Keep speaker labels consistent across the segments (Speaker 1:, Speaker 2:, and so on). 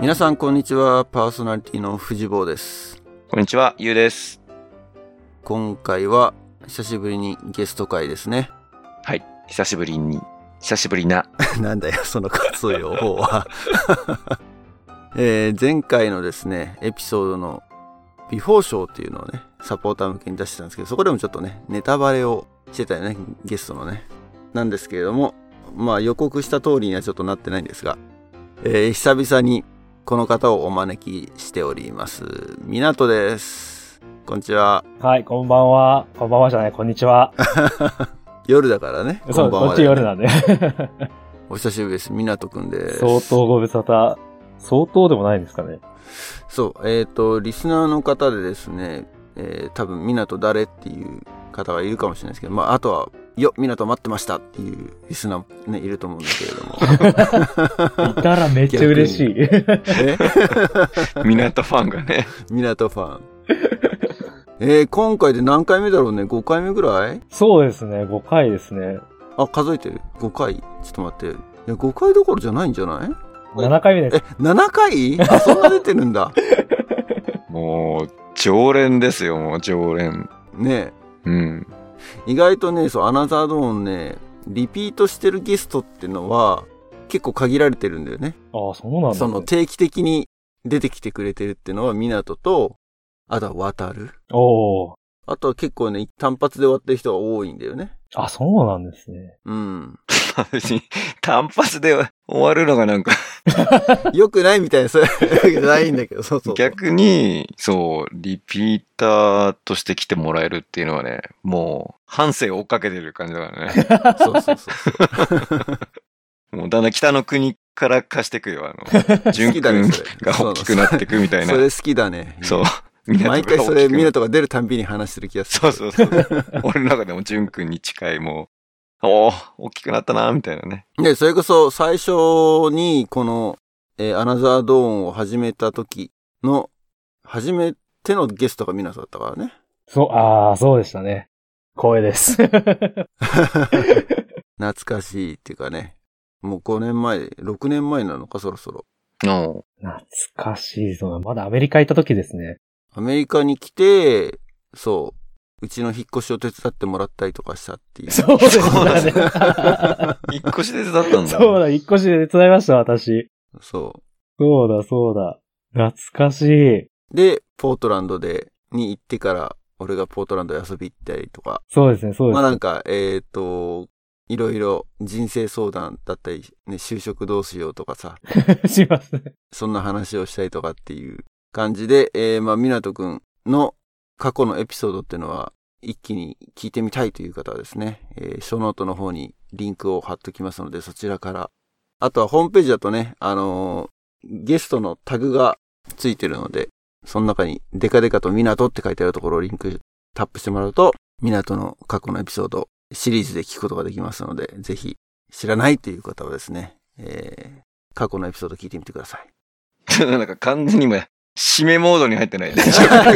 Speaker 1: 皆さんこんにちはパーソナリティの藤坊です
Speaker 2: こんにちは、ゆうです。
Speaker 1: 今回は久しぶりにゲスト会ですね
Speaker 2: はい。久しぶりに、久しぶりな。
Speaker 1: なんだよその活用法は、 えー前回のですねエピソードのビフォーショーっていうのをねサポーター向けに出してたんですけどそこでもちょっとねネタバレをしてたよねゲストのねなんですけれどもまあ予告した通りにはちょっとなってないんですが、えー久々にこの方をお招きしております港ですこんにちは
Speaker 3: はい、こんばんは。こんばんはじゃない、こんに ちは。
Speaker 1: 夜だからね。
Speaker 3: そう、
Speaker 1: こんばん
Speaker 3: こ
Speaker 1: は
Speaker 3: っ
Speaker 1: だ
Speaker 3: ち
Speaker 1: よね
Speaker 3: 夜なんで。
Speaker 1: お久しぶりです。みなとくんです。
Speaker 3: 相当ご無沙汰。相当でもないんですかね。
Speaker 1: そう。えっ、と、リスナーの方でですね、えー、多分みなと誰っていう方がいるかもしれないですけど、まあ、あとは、よ、みなと待ってましたっていうリスナーもね、いると思うんだけれども。
Speaker 3: いたらめっちゃ嬉しい。
Speaker 1: え
Speaker 2: 港ファンがね。
Speaker 1: みなとファン。えー、今回で何回目だろうね ?5 回目ぐらい
Speaker 3: そうですね、5回ですね。
Speaker 1: あ、数えてる ?5 回ちょっと待って。いや、5回どころじゃないんじゃない
Speaker 3: 7回目です。
Speaker 1: え、7回あ、そんな出てるんだ。
Speaker 2: もう、常連ですよ、もう常連。
Speaker 1: ねえ。
Speaker 2: うん。
Speaker 1: 意外とねそうアナザードーンねリピートしてるゲストってのは結構限られてるんだよね
Speaker 3: ああ、そうなんだ、
Speaker 1: その定期的に出てきてくれてるってのは湊とあとは渡る
Speaker 3: おお。
Speaker 1: あとは結構ね単発で終わってる人が多いんだよね
Speaker 3: あ、そうなんですね。
Speaker 1: うん。
Speaker 2: 別に、単発で終わるのがなんか、
Speaker 1: 良くないみたいな、そういうわけじゃないんだけど、そうそう。
Speaker 2: 逆に、そう、リピーターとして来てもらえるっていうのはね、もう、半生追っかけてる感じだか らね。
Speaker 1: そうそうそう。
Speaker 2: もう、だんだん北の国から貸してくよ、あの、純
Speaker 1: 好き
Speaker 2: 君
Speaker 1: だねそれ
Speaker 2: が大きくなってくみたい
Speaker 1: そ
Speaker 2: な。
Speaker 1: れ好きだね。
Speaker 2: そう。
Speaker 1: 毎回それ、
Speaker 2: 港が大きくなって
Speaker 1: 湊が出るたんびに話してる気がす
Speaker 2: そ
Speaker 1: る。
Speaker 2: うそうそう。俺の中でも淳君に近い、もう、おー大きくなったな、みたいなね。
Speaker 1: ね、それこそ最初にこの、えーアナザードーンを始めた時の、初めてのゲストがミナさんだったからね。
Speaker 3: そう、ああ、そうでしたね。光栄です。
Speaker 1: 懐かしいっていうかね。もう5年前、6年前なのかそろそろ。
Speaker 2: お
Speaker 3: 懐かしいぞな。まだアメリカ行った時ですね。
Speaker 1: アメリカに来て、そう、うちの引っ越しを手伝ってもらったりとかしたっていう。
Speaker 3: そうでした
Speaker 2: そう
Speaker 3: ね。
Speaker 2: 一個手伝ったんだ。
Speaker 3: そうだ、一個しで手伝いました、私。
Speaker 1: そ
Speaker 3: そうだ、そうだ。懐かしい。
Speaker 1: う。で、ポートランドで、に行ってから、俺がポートランドへ遊び行ったりとか。
Speaker 3: そうですね、そうですね。
Speaker 1: まあなんか、えっ、と、いろいろ人生相談だったり、ね、就職どうしようとかさ、
Speaker 3: し ますね。
Speaker 1: そんな話をしたりとかっていう感じで、えー、まあ、みなとくんの過去のエピソードっていうのは、一気に聞いてみたいという方はですね、えー、ショーノートの方にリンクを貼っときますので、そちらから。あとはホームページだとね、あのーゲストのタグがついてるので、その中にデカデカとみなとって書いてあるところをリンクタップしてもらうと、みなとの過去のエピソードシリーズで聞くことができますので、ぜひ知らないという方はですね、えー、過去のエピソード聞いてみてください。
Speaker 2: ちょっとなんか完全に今、締めモードに入ってない。今
Speaker 1: 今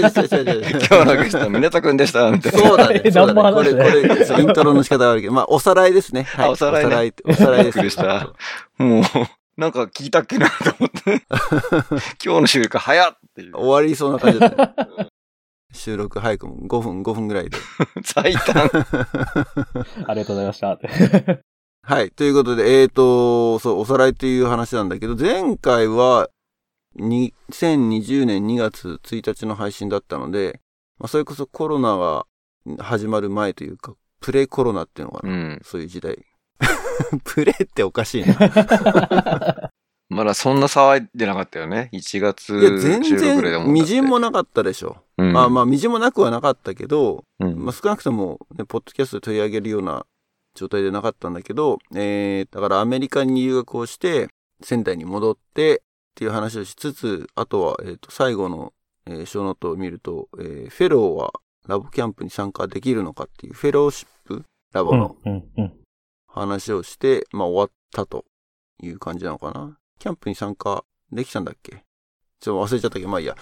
Speaker 1: 日
Speaker 2: 日のゲスト、港くんでした、みたいな。
Speaker 1: そうだね。
Speaker 3: え
Speaker 1: そうだ
Speaker 3: 何も
Speaker 1: ねこ
Speaker 3: 話
Speaker 1: れ、
Speaker 3: し
Speaker 1: こ
Speaker 3: てない
Speaker 1: れ、そうイントロの仕方が悪いけど、まあ、おさらいですね。はい。
Speaker 2: あおさらい
Speaker 1: お
Speaker 2: ね
Speaker 1: さらい、おさらいで
Speaker 2: びっくり
Speaker 1: す。
Speaker 2: したもう、なんか聞いたっけなと思って。今日の収録早っっていう。
Speaker 1: 終わりそうな感じだったね。収録早くも5分、5分ぐらいで。
Speaker 2: 最短。
Speaker 3: ありがとうございました。
Speaker 1: はい。ということで、えーと、そう、おさらいという話なんだけど、前回は、2020年2月1日の配信だったので、まあ、それこそコロナが始まる前というか、プレコロナっていうのが、
Speaker 2: うん。
Speaker 1: そういう時代。 プレっておかしいな。
Speaker 2: まだそんな騒いでなかったよね。1月
Speaker 1: いや、全
Speaker 2: 収録ぐらいだもんだ
Speaker 1: 然、
Speaker 2: って
Speaker 1: みじんもなかったでしょ。
Speaker 2: うん
Speaker 1: まあまあ、みじんもなくはなかったけど、
Speaker 2: うん
Speaker 1: まあ、少なくとも、ね、ポッドキャストで取り上げるような状態でなかったんだけど、えー、だからアメリカに留学をして、仙台に戻ってっていう話をしつつ、あとは、えっ、と、最後の、えー、小ノートを見ると、えー、フェローはラボキャンプに参加できるのかっていう、フェローシップラボ
Speaker 3: うん、
Speaker 1: の
Speaker 3: うん、うん。
Speaker 1: 話をして、まあ終わったという感じなのかな。キャンプに参加できたんだっけちょっと忘れちゃったけど、まあいいや。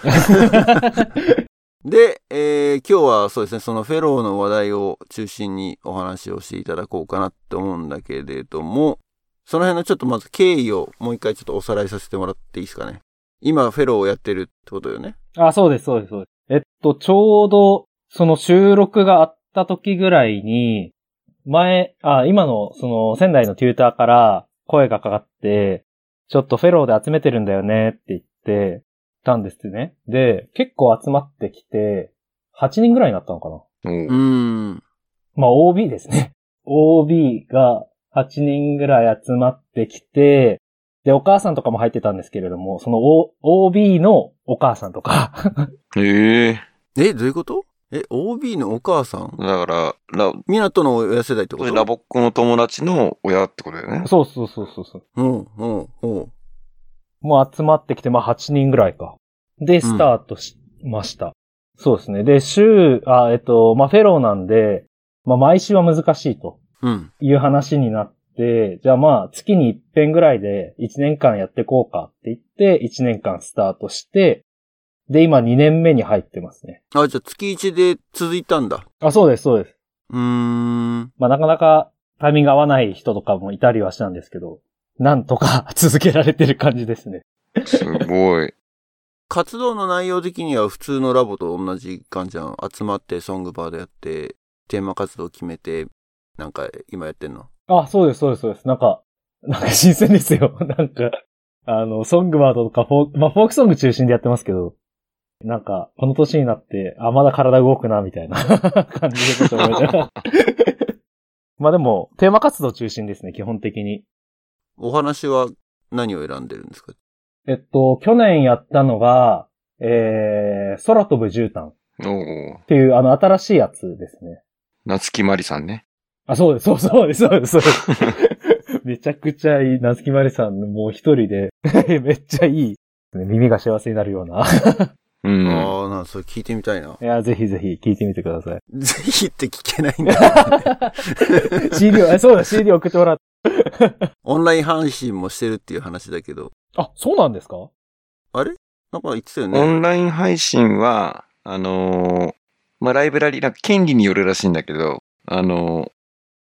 Speaker 1: で、えー今日はそうですね、そのフェローの話題を中心にお話をしていただこうかなって思うんだけれども、その辺のちょっとまず経緯をもう一回ちょっとおさらいさせてもらっていいですかね。今、フェローをやってるってことよね。
Speaker 3: あ、そうです、そうです、そうです。えっと、ちょうど、その収録があった時ぐらいに、前、あ、今の、その、仙台のテューターから声がかかって、ちょっとフェローで集めてるんだよねって言ってたんですね。で、結構集まってきて、8人ぐらいになったのかな
Speaker 2: お
Speaker 1: うー。
Speaker 2: うん
Speaker 3: まあ OB ですね。OB が8人ぐらい集まってきて、で、お母さんとかも入ってたんですけれども、その O- OB のお母さんとか、
Speaker 2: ええ
Speaker 1: え、どういうことえ、OB のお母さん
Speaker 2: だから、ラ、
Speaker 1: 港の親世代ってこ
Speaker 2: ことれラボっ子の友達の親ってことだよね。
Speaker 3: そうそうそうそうそう。
Speaker 1: うん、うん、うん。
Speaker 3: もう集まってきて、まあ8人ぐらいか。で、スタートしました。そうですね。で、週、あ、えっと、まあフェローなんで、まあ毎週は難しいと
Speaker 1: うん。
Speaker 3: いう話になって、じゃあまあ月に一遍ぐらいで1年間やってこうかって言って、1年間スタートして、で、今2年目に入ってますね。
Speaker 1: あ、じゃあ月1で続いたんだ。
Speaker 3: あ、そうです、そうです。
Speaker 1: うーん。
Speaker 3: まあなかなかタイミング合わない人とかもいたりはしたんですけど、なんとか 続けられてる感じですね。
Speaker 2: すごい。
Speaker 1: 活動の内容的には普通のラボと同じ感じじゃん。集まってソングバーでやって、テーマ活動決めて、なんか今やってんの。
Speaker 3: あ、そうです、そうです、そうです。なんか、なんか新鮮ですよ。 なんか、あの、ソングバードとかフォーク、まあ、フォークソング中心でやってますけど、なんか、この年になって、あ、まだ体動くな、みたいな 感じでちょっと思いながら まあでも、テーマ活動中心ですね、基本的に。
Speaker 1: お話は何を選んでるんですか
Speaker 3: えっと、去年やったのが、えー、空飛ぶ絨毯っ
Speaker 2: おお。
Speaker 3: ていう、あの、新しいやつですね。
Speaker 2: 夏木まりさんね。
Speaker 3: あ、そうです、そうそうです、そうです、そう です。めちゃくちゃいい、夏木まりさんのもう一人で、 めっちゃいい。耳が幸せになるような。
Speaker 2: うん。
Speaker 1: ああ、なんかそれ聞いてみたいな。
Speaker 3: いや、ぜひぜひ聞いてみてくだ さい。
Speaker 1: ぜひって聞けないん だ。
Speaker 3: CD を、あそうだ、CD 送ってもらっ
Speaker 1: オンライン配信もしてるっていう話だけど。
Speaker 3: あ、そうなんですか
Speaker 1: なんか言ってたよ
Speaker 2: オ
Speaker 1: ね。
Speaker 2: ンライン配信は、あのーまあ、ライブラリー、なんか権利によるらしいんだけど、あのー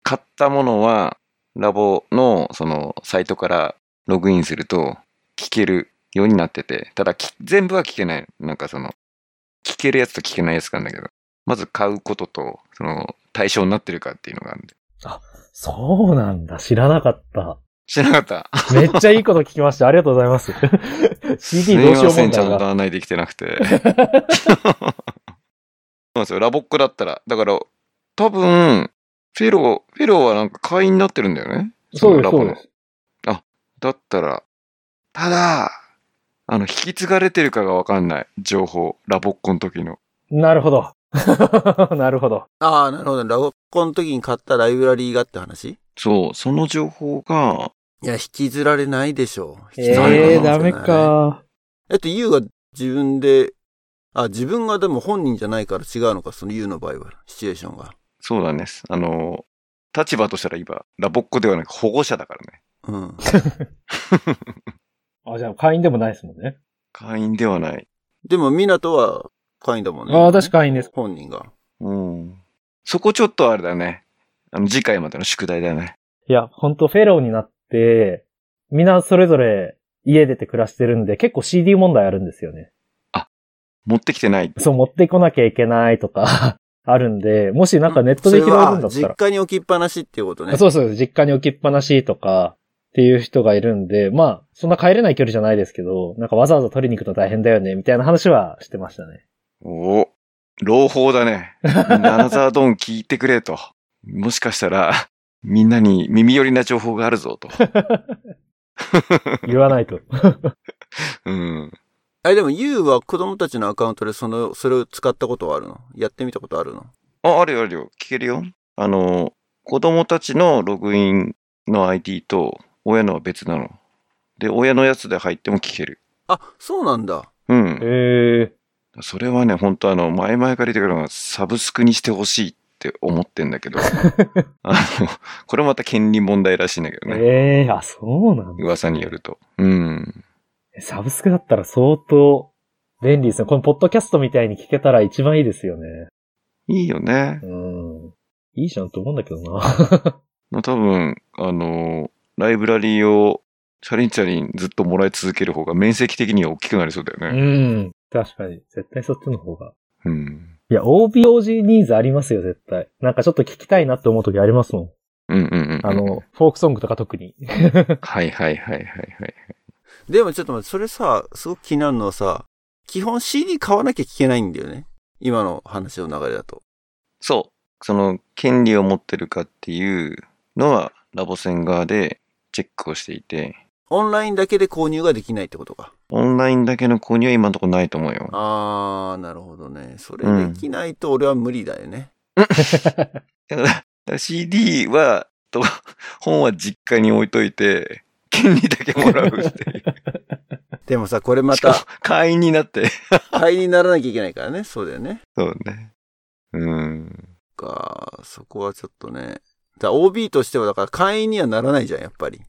Speaker 2: 買ったものは、ラボの、その、サイトからログインすると、聞けるようになってて、ただき、全部は聞けない。なんかその、聞けるやつと聞けないやつなんだけど、まず買うことと、その、対象になってるかっていうのがあるんで。
Speaker 3: そうなんだ、知らなか った。
Speaker 2: 知らなかった。
Speaker 3: めっちゃいいこと聞きました。ありがとうござい ます。
Speaker 2: す
Speaker 3: CD
Speaker 2: み
Speaker 3: どうしよ
Speaker 2: ま
Speaker 3: う
Speaker 2: せ
Speaker 3: 問
Speaker 2: ん、ちゃ
Speaker 3: 題
Speaker 2: んと
Speaker 3: が。
Speaker 2: 案内できてなくて。 そうなんですよ。ラボっ子だったら。だから、多分、フェロー、フェローはなんか会員になってるんだよね。
Speaker 3: そうです、
Speaker 2: ラボ
Speaker 3: そ
Speaker 2: の
Speaker 3: うです。
Speaker 2: だったら、ただ、あの、引き継がれてるかがわかんない。情報。ラボっ子の時の。
Speaker 3: なるほど。なるほど。
Speaker 1: ああ、なるほど。ラボコンの時に買ったライブラリーがって話
Speaker 2: そう、その情報が、
Speaker 1: いや、引きずられないでしょう。引きずられ
Speaker 3: え
Speaker 1: る可能
Speaker 3: ー、ダ
Speaker 1: 性ない
Speaker 3: メ。か。
Speaker 1: えっと、ユウが自分で、あ、自分がでも本人じゃないから違うのか、そのユウの場合は、シチュエーションが。
Speaker 2: そうなんです。あの、立場としたら今、ラボっ子ではなく保護者だからね。
Speaker 1: うん。
Speaker 3: あ、じゃあ会員でもないですもんね。
Speaker 2: 会員ではない。
Speaker 1: でも、ミナトは会員だもんね。
Speaker 3: あ私会員です。
Speaker 1: 本人が。
Speaker 2: うん。そこちょっとあれだね。あの、次回までの宿題だね。
Speaker 3: いや、ほんとフェローになって、みんなそれぞれ家出て暮らしてるんで、結構 CD 問題あるんですよね。
Speaker 2: 持ってきてない。
Speaker 3: そう、持ってこなきゃいけないとか、 あるんで、もしなんかネットで拾えるんだっ
Speaker 1: そ
Speaker 3: た
Speaker 1: れは
Speaker 3: ら
Speaker 1: あ実。家に置きっぱなしっていうことね。
Speaker 3: そうそう、実家に置きっぱなしとか、っていう人がいるんで、まあ、そんな帰れない距離じゃないですけど、なんかわざわざ取りに行くの大変だよね、みたいな話はして ましたね。
Speaker 2: おお、朗報だ ね。みんなアナザードーン聞いてくれと。もしかしたら、みんなに耳寄りな情報がある ぞと。
Speaker 3: 言わないと。
Speaker 2: うん。
Speaker 1: あれでも、ユウは子供たちのアカウントでその、それを使ったことはあるのやってみたことあるの
Speaker 2: あ、あるよあるよ。聞けるよ。あの、子供たちのログインの ID と、親のは別なの。で、親のやつで入っても聞ける。
Speaker 1: あ、そうなんだ。
Speaker 2: うん。
Speaker 3: ええ
Speaker 2: それはね、本当あの、前々から言ってくるのが、サブスクにしてほしいって思ってんだ けど、あの、これまた権利問題らしいんだけどね。
Speaker 3: ええあ、そうなんだ。
Speaker 2: 噂によると。うん。
Speaker 3: サブスクだったら相当便利ですね。このポッドキャストみたいに聞けたら一番いいですよね。
Speaker 2: いいよね。
Speaker 3: うん。いいじゃんと思うんだけどな。
Speaker 2: まあ、多分、あのーライブラリーをチャリンチャリンずっともらい続ける方が面積的には大きくなりそうだよ
Speaker 3: う
Speaker 2: ね。
Speaker 3: ん。確かに。絶対そっちの方が。
Speaker 2: うん。
Speaker 3: いや、OBOG ニーズありますよ、絶対。なんかちょっと聞きたいなって思う時ありますもん。
Speaker 2: うんうんうん。
Speaker 3: あの、フォークソングとか特に。
Speaker 2: はいはいはいはいはい。
Speaker 1: でもちょっと待って、それさ、すごく気になるのはさ、基本 CD 買わなきゃ聞けないんだよね。今の話の流れだと。
Speaker 2: そう。その、権利を持ってるかっていうのは、ラボ線側でチェックをしていて、
Speaker 1: オンラインだけで購入ができないってことか。
Speaker 2: オンラインだけの購入は今のところないと思うよ。
Speaker 1: あー、なるほどね。それできないと俺は無理だよね。
Speaker 2: だからだから CD は、と 本は実家に置いといて、権利だけもらうっていう。
Speaker 1: でもさ、これま
Speaker 2: しかも
Speaker 1: た、
Speaker 2: 会員になって。
Speaker 1: 買いにならなきゃいけないからね。そうだよね。
Speaker 2: そうね。うん。
Speaker 1: か、そこはちょっとね。だ OB としては、だから会員にはならないじゃん、やっぱり。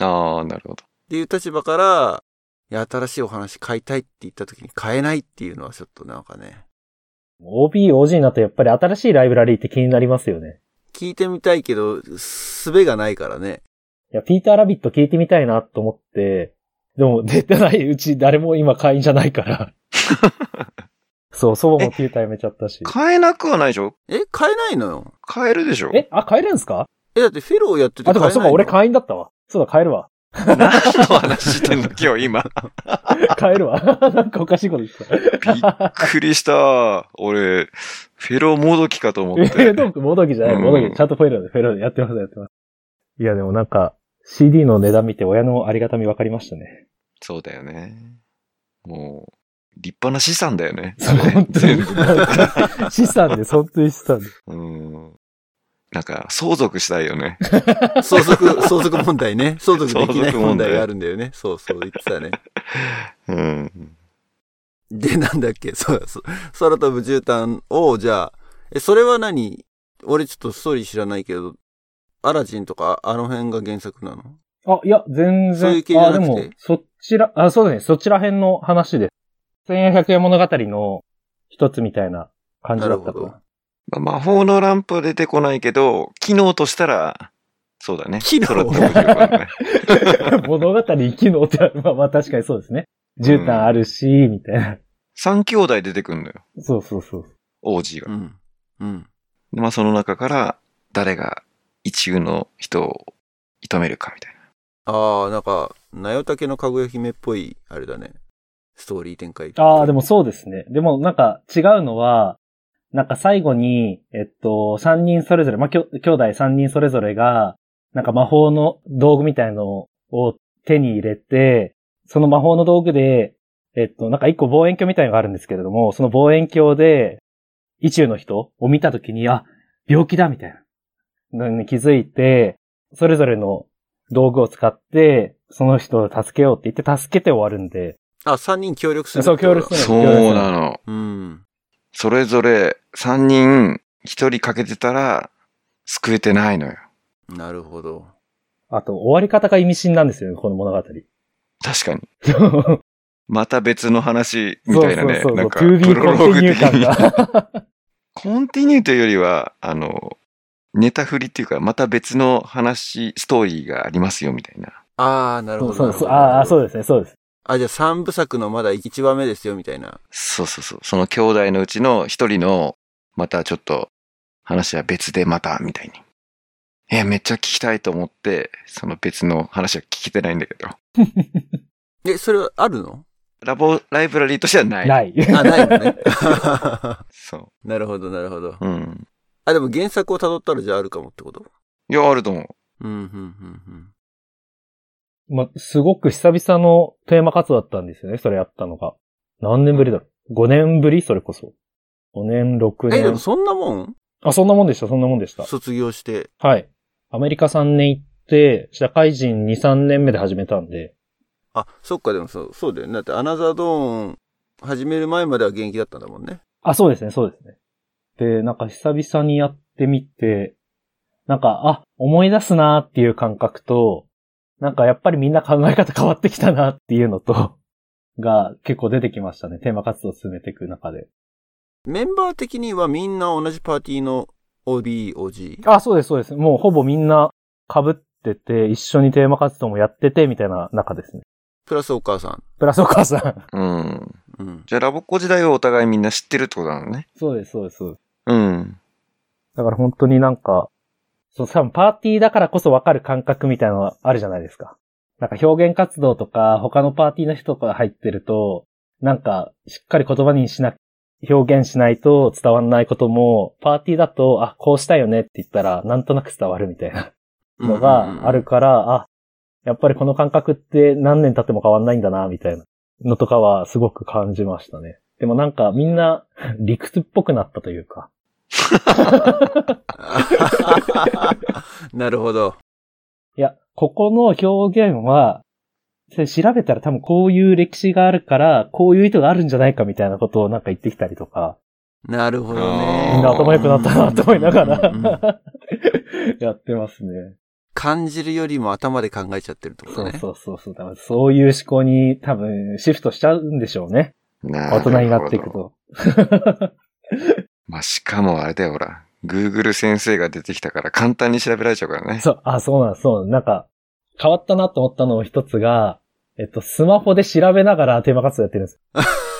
Speaker 2: ああ、なるほど。
Speaker 1: っていう立場から、いや、新しいお話買いたいって言った時に買えないっていうのはちょっとなんかね、
Speaker 3: OBOG になるとやっぱり新しいライブラリーって気になりますよね。
Speaker 1: 聞いてみたいけど、すべがないからね。
Speaker 3: いや、ピーター・ラビット聞いてみたいなと思って、でも出てないうち誰も今会員じゃないから。そう、祖母もピーターやめちゃったし。
Speaker 2: 買えなくはないでしょ
Speaker 1: え、買えないのよ。
Speaker 2: 買えるでしょ
Speaker 3: え、あ、買えるんすか
Speaker 1: え、だってフェローやってて買え
Speaker 3: あ、
Speaker 1: な
Speaker 3: で
Speaker 1: いの
Speaker 3: もそうか、俺会員だったわ。そうだ、買えるわ。
Speaker 2: 何の話してんの今日 今。
Speaker 3: 買えるわ。 なんかおかしいこと言ってた。
Speaker 2: びっくりした。俺、フェローもどきかと思 っ
Speaker 3: え
Speaker 2: て。
Speaker 3: でも、ボードギーじゃない、
Speaker 2: うん
Speaker 3: ボードギー。ちゃんとフェローで、フェローでやってます、やってます。いや、でもなんか、CD の値段見て親のありがたみ分かりましたね。
Speaker 2: そうだよね。もう、立派な資産だよね。
Speaker 3: そう、本当
Speaker 2: 全
Speaker 3: に
Speaker 2: 部。
Speaker 3: なんか 資産です、本当に資産です。
Speaker 2: うん。なんか、相続したいよね。
Speaker 1: 相続、相続問題ね。相続できな
Speaker 2: 相
Speaker 1: い
Speaker 2: 続問
Speaker 1: 問
Speaker 2: 題
Speaker 1: 題があるんだよね。そうそう、言ってたね。
Speaker 2: うん。
Speaker 1: で、 なんだっけ、そうそう。空飛ぶ絨毯を、じゃあ、え、それは何俺ちょっとストーリー知らないけど、アラジンとか、あの辺が原作なの
Speaker 3: あ、いや、全然。
Speaker 1: そういう系じゃな
Speaker 3: あ、
Speaker 1: くて
Speaker 3: でも、そちら、あ、そうだね、そちら辺の話です。千夜百夜物語の一つみたいな感じだった
Speaker 1: なるほど。
Speaker 3: と
Speaker 2: まあ魔法のランプは出てこないけど、機能としたら、そうだね。
Speaker 1: 機能
Speaker 2: 空飛ぶってことだね
Speaker 3: 物語機能って、まあまあ確かにそうですね。絨毯あるし、みたいな。
Speaker 2: 三兄弟出てくんのよ。
Speaker 3: そうそうそう。
Speaker 2: 王子が
Speaker 1: う。ん。うん。
Speaker 2: でまあ、その中から、誰が一流の人を射止めるかみたいな。
Speaker 1: ああ、なんか、なよたけのかぐや姫っぽい、あれだね。ストーリー展開。
Speaker 3: ああ、でもそうですね。でもなんか違うのは、なんか最後に、えっと、三人それぞれ、まあ、きょ兄弟三人それぞれが、なんか魔法の道具みたいのを手に入れて、その魔法の道具で、えっと、なんか一個望遠鏡みたいのがあるんですけれども、その望遠鏡で、意中の人を見たときに、あ、病気だみたいな。のに気づいて、それぞれの道具を使って、その人を助けようって言って助けて終わるんで、
Speaker 1: あ、三人協力する。
Speaker 3: そう協力する
Speaker 2: そうなの。
Speaker 1: うん。
Speaker 2: それぞれ三人、一人欠けてたら、救えてないのよ。
Speaker 1: なるほど。
Speaker 3: あと、終わり方が意味深なんですよね、この物語。
Speaker 2: 確かに。
Speaker 3: そう
Speaker 2: また別の話 みたいなね。
Speaker 3: そうそう
Speaker 2: な
Speaker 3: そ
Speaker 2: ん
Speaker 3: う。
Speaker 2: か、
Speaker 3: to be
Speaker 2: プロローグ的
Speaker 3: continue 感
Speaker 2: に。
Speaker 3: が。
Speaker 2: コンティニューというよりは、あの、ネタ振りっていうか、また別の話、ストーリーがありますよ、みたいな。
Speaker 1: ああ、なる
Speaker 3: そ
Speaker 1: ほ
Speaker 3: う
Speaker 1: ど。
Speaker 3: そうそう。
Speaker 1: なるほど
Speaker 3: ああ、そうですね、そうです。
Speaker 1: あ、じゃあ三部作のまだ一話目ですよ、みたいな。
Speaker 2: そうそうそう。その兄弟のうちの一人の、またちょっと、話は別でまた、みたいに。え、めっちゃ聞きたいと思って、その別の話は聞けてないんだけど。
Speaker 1: え、それはあるの
Speaker 2: ラボ、ライブラリーとしてはない。
Speaker 3: ない。
Speaker 1: あ、ないのね。
Speaker 2: そ
Speaker 1: なるほど、なるほど。
Speaker 2: う。うん。
Speaker 1: あ、でも原作を辿ったらじゃああるかもってこと
Speaker 2: いや、あると思う。
Speaker 1: うん、うん、うん、
Speaker 3: ま、すごく久々のテーマ活動だったんですよね、それやったのが。何年ぶりだろう ?5 年ぶりそれこそ。5年、6
Speaker 1: うん。え、でも
Speaker 3: 年。
Speaker 1: そんなもん
Speaker 3: あ、そんなもんでした、そんなもんでした。
Speaker 1: 卒業して。
Speaker 3: はい。アメリカ3年行って、社会人2、3年目で始めたんで。
Speaker 1: あ、そっか、でもそう、そうだよね。だってアナザードーン始める前までは現役だったんだもんね。
Speaker 3: あ、そうですね、そうですね。で、なんか久々にやってみて、なんか、あ、思い出すなーっていう感覚と、なんかやっぱりみんな考え方変わってきたなっていうのと、 が結構出てきましたね。テーマ活動を進めていく中で。
Speaker 1: メンバー的にはみんな同じパーティーの OB、OG?
Speaker 3: あ、そうです、そうです。もうほぼみんな被っってて、一緒にテーマ活動もやってて、みたいな中ですね。
Speaker 1: プラスお母さん。
Speaker 3: プラスお母さん。
Speaker 2: うん。
Speaker 1: うん。
Speaker 2: じゃあラボっ子時代をお互いみんな知ってるってことなのね。
Speaker 3: そうです、そうです。
Speaker 2: うん。
Speaker 3: だから本当になんか、そう、多分パーティーだからこそわかる感覚みたいなのはあるじゃないですか。なんか表現活動とか、他のパーティーの人とか入ってると、なんか、しっかり言葉にしな、表現しないと伝わんないことも、パーティーだと、あ、こうしたよねって言ったら、なんとなく伝わるみたいなのがあるから、あ、やっぱりこの感覚って何年経っても変わんないんだな、みたいなのとかはすごく感じましたね。でもなんかみんな 理屈っぽくなったというか、
Speaker 1: うん。 なるほど。
Speaker 3: いや、ここの表現は、それ調べたら多分こういう歴史があるから、こういう意図があるんじゃないかみたいなことをなんか言ってきたりとか、
Speaker 1: なるほど
Speaker 2: あ
Speaker 1: ね。
Speaker 2: ー
Speaker 3: みんな頭良くなったなと思いなが
Speaker 1: うんうんうん
Speaker 3: ら、 やってますね。
Speaker 1: 感じるよりも頭で考えちゃってるってこ
Speaker 3: そ
Speaker 1: と
Speaker 3: う
Speaker 1: ね。
Speaker 3: そうそうそう。多分そういう思考に多分シフトしちゃうんでしょうね。
Speaker 2: 大
Speaker 3: 大人になっていくと。
Speaker 2: まあ、しかもあれだよ、ほら。Google 先生が出てきたから簡単に調べられちゃうからね。
Speaker 3: そう、あ、そうなん、そうなん。なんか、変わったなと思ったの一つが、えっと、スマホで調べながらテーマ活動やってるん です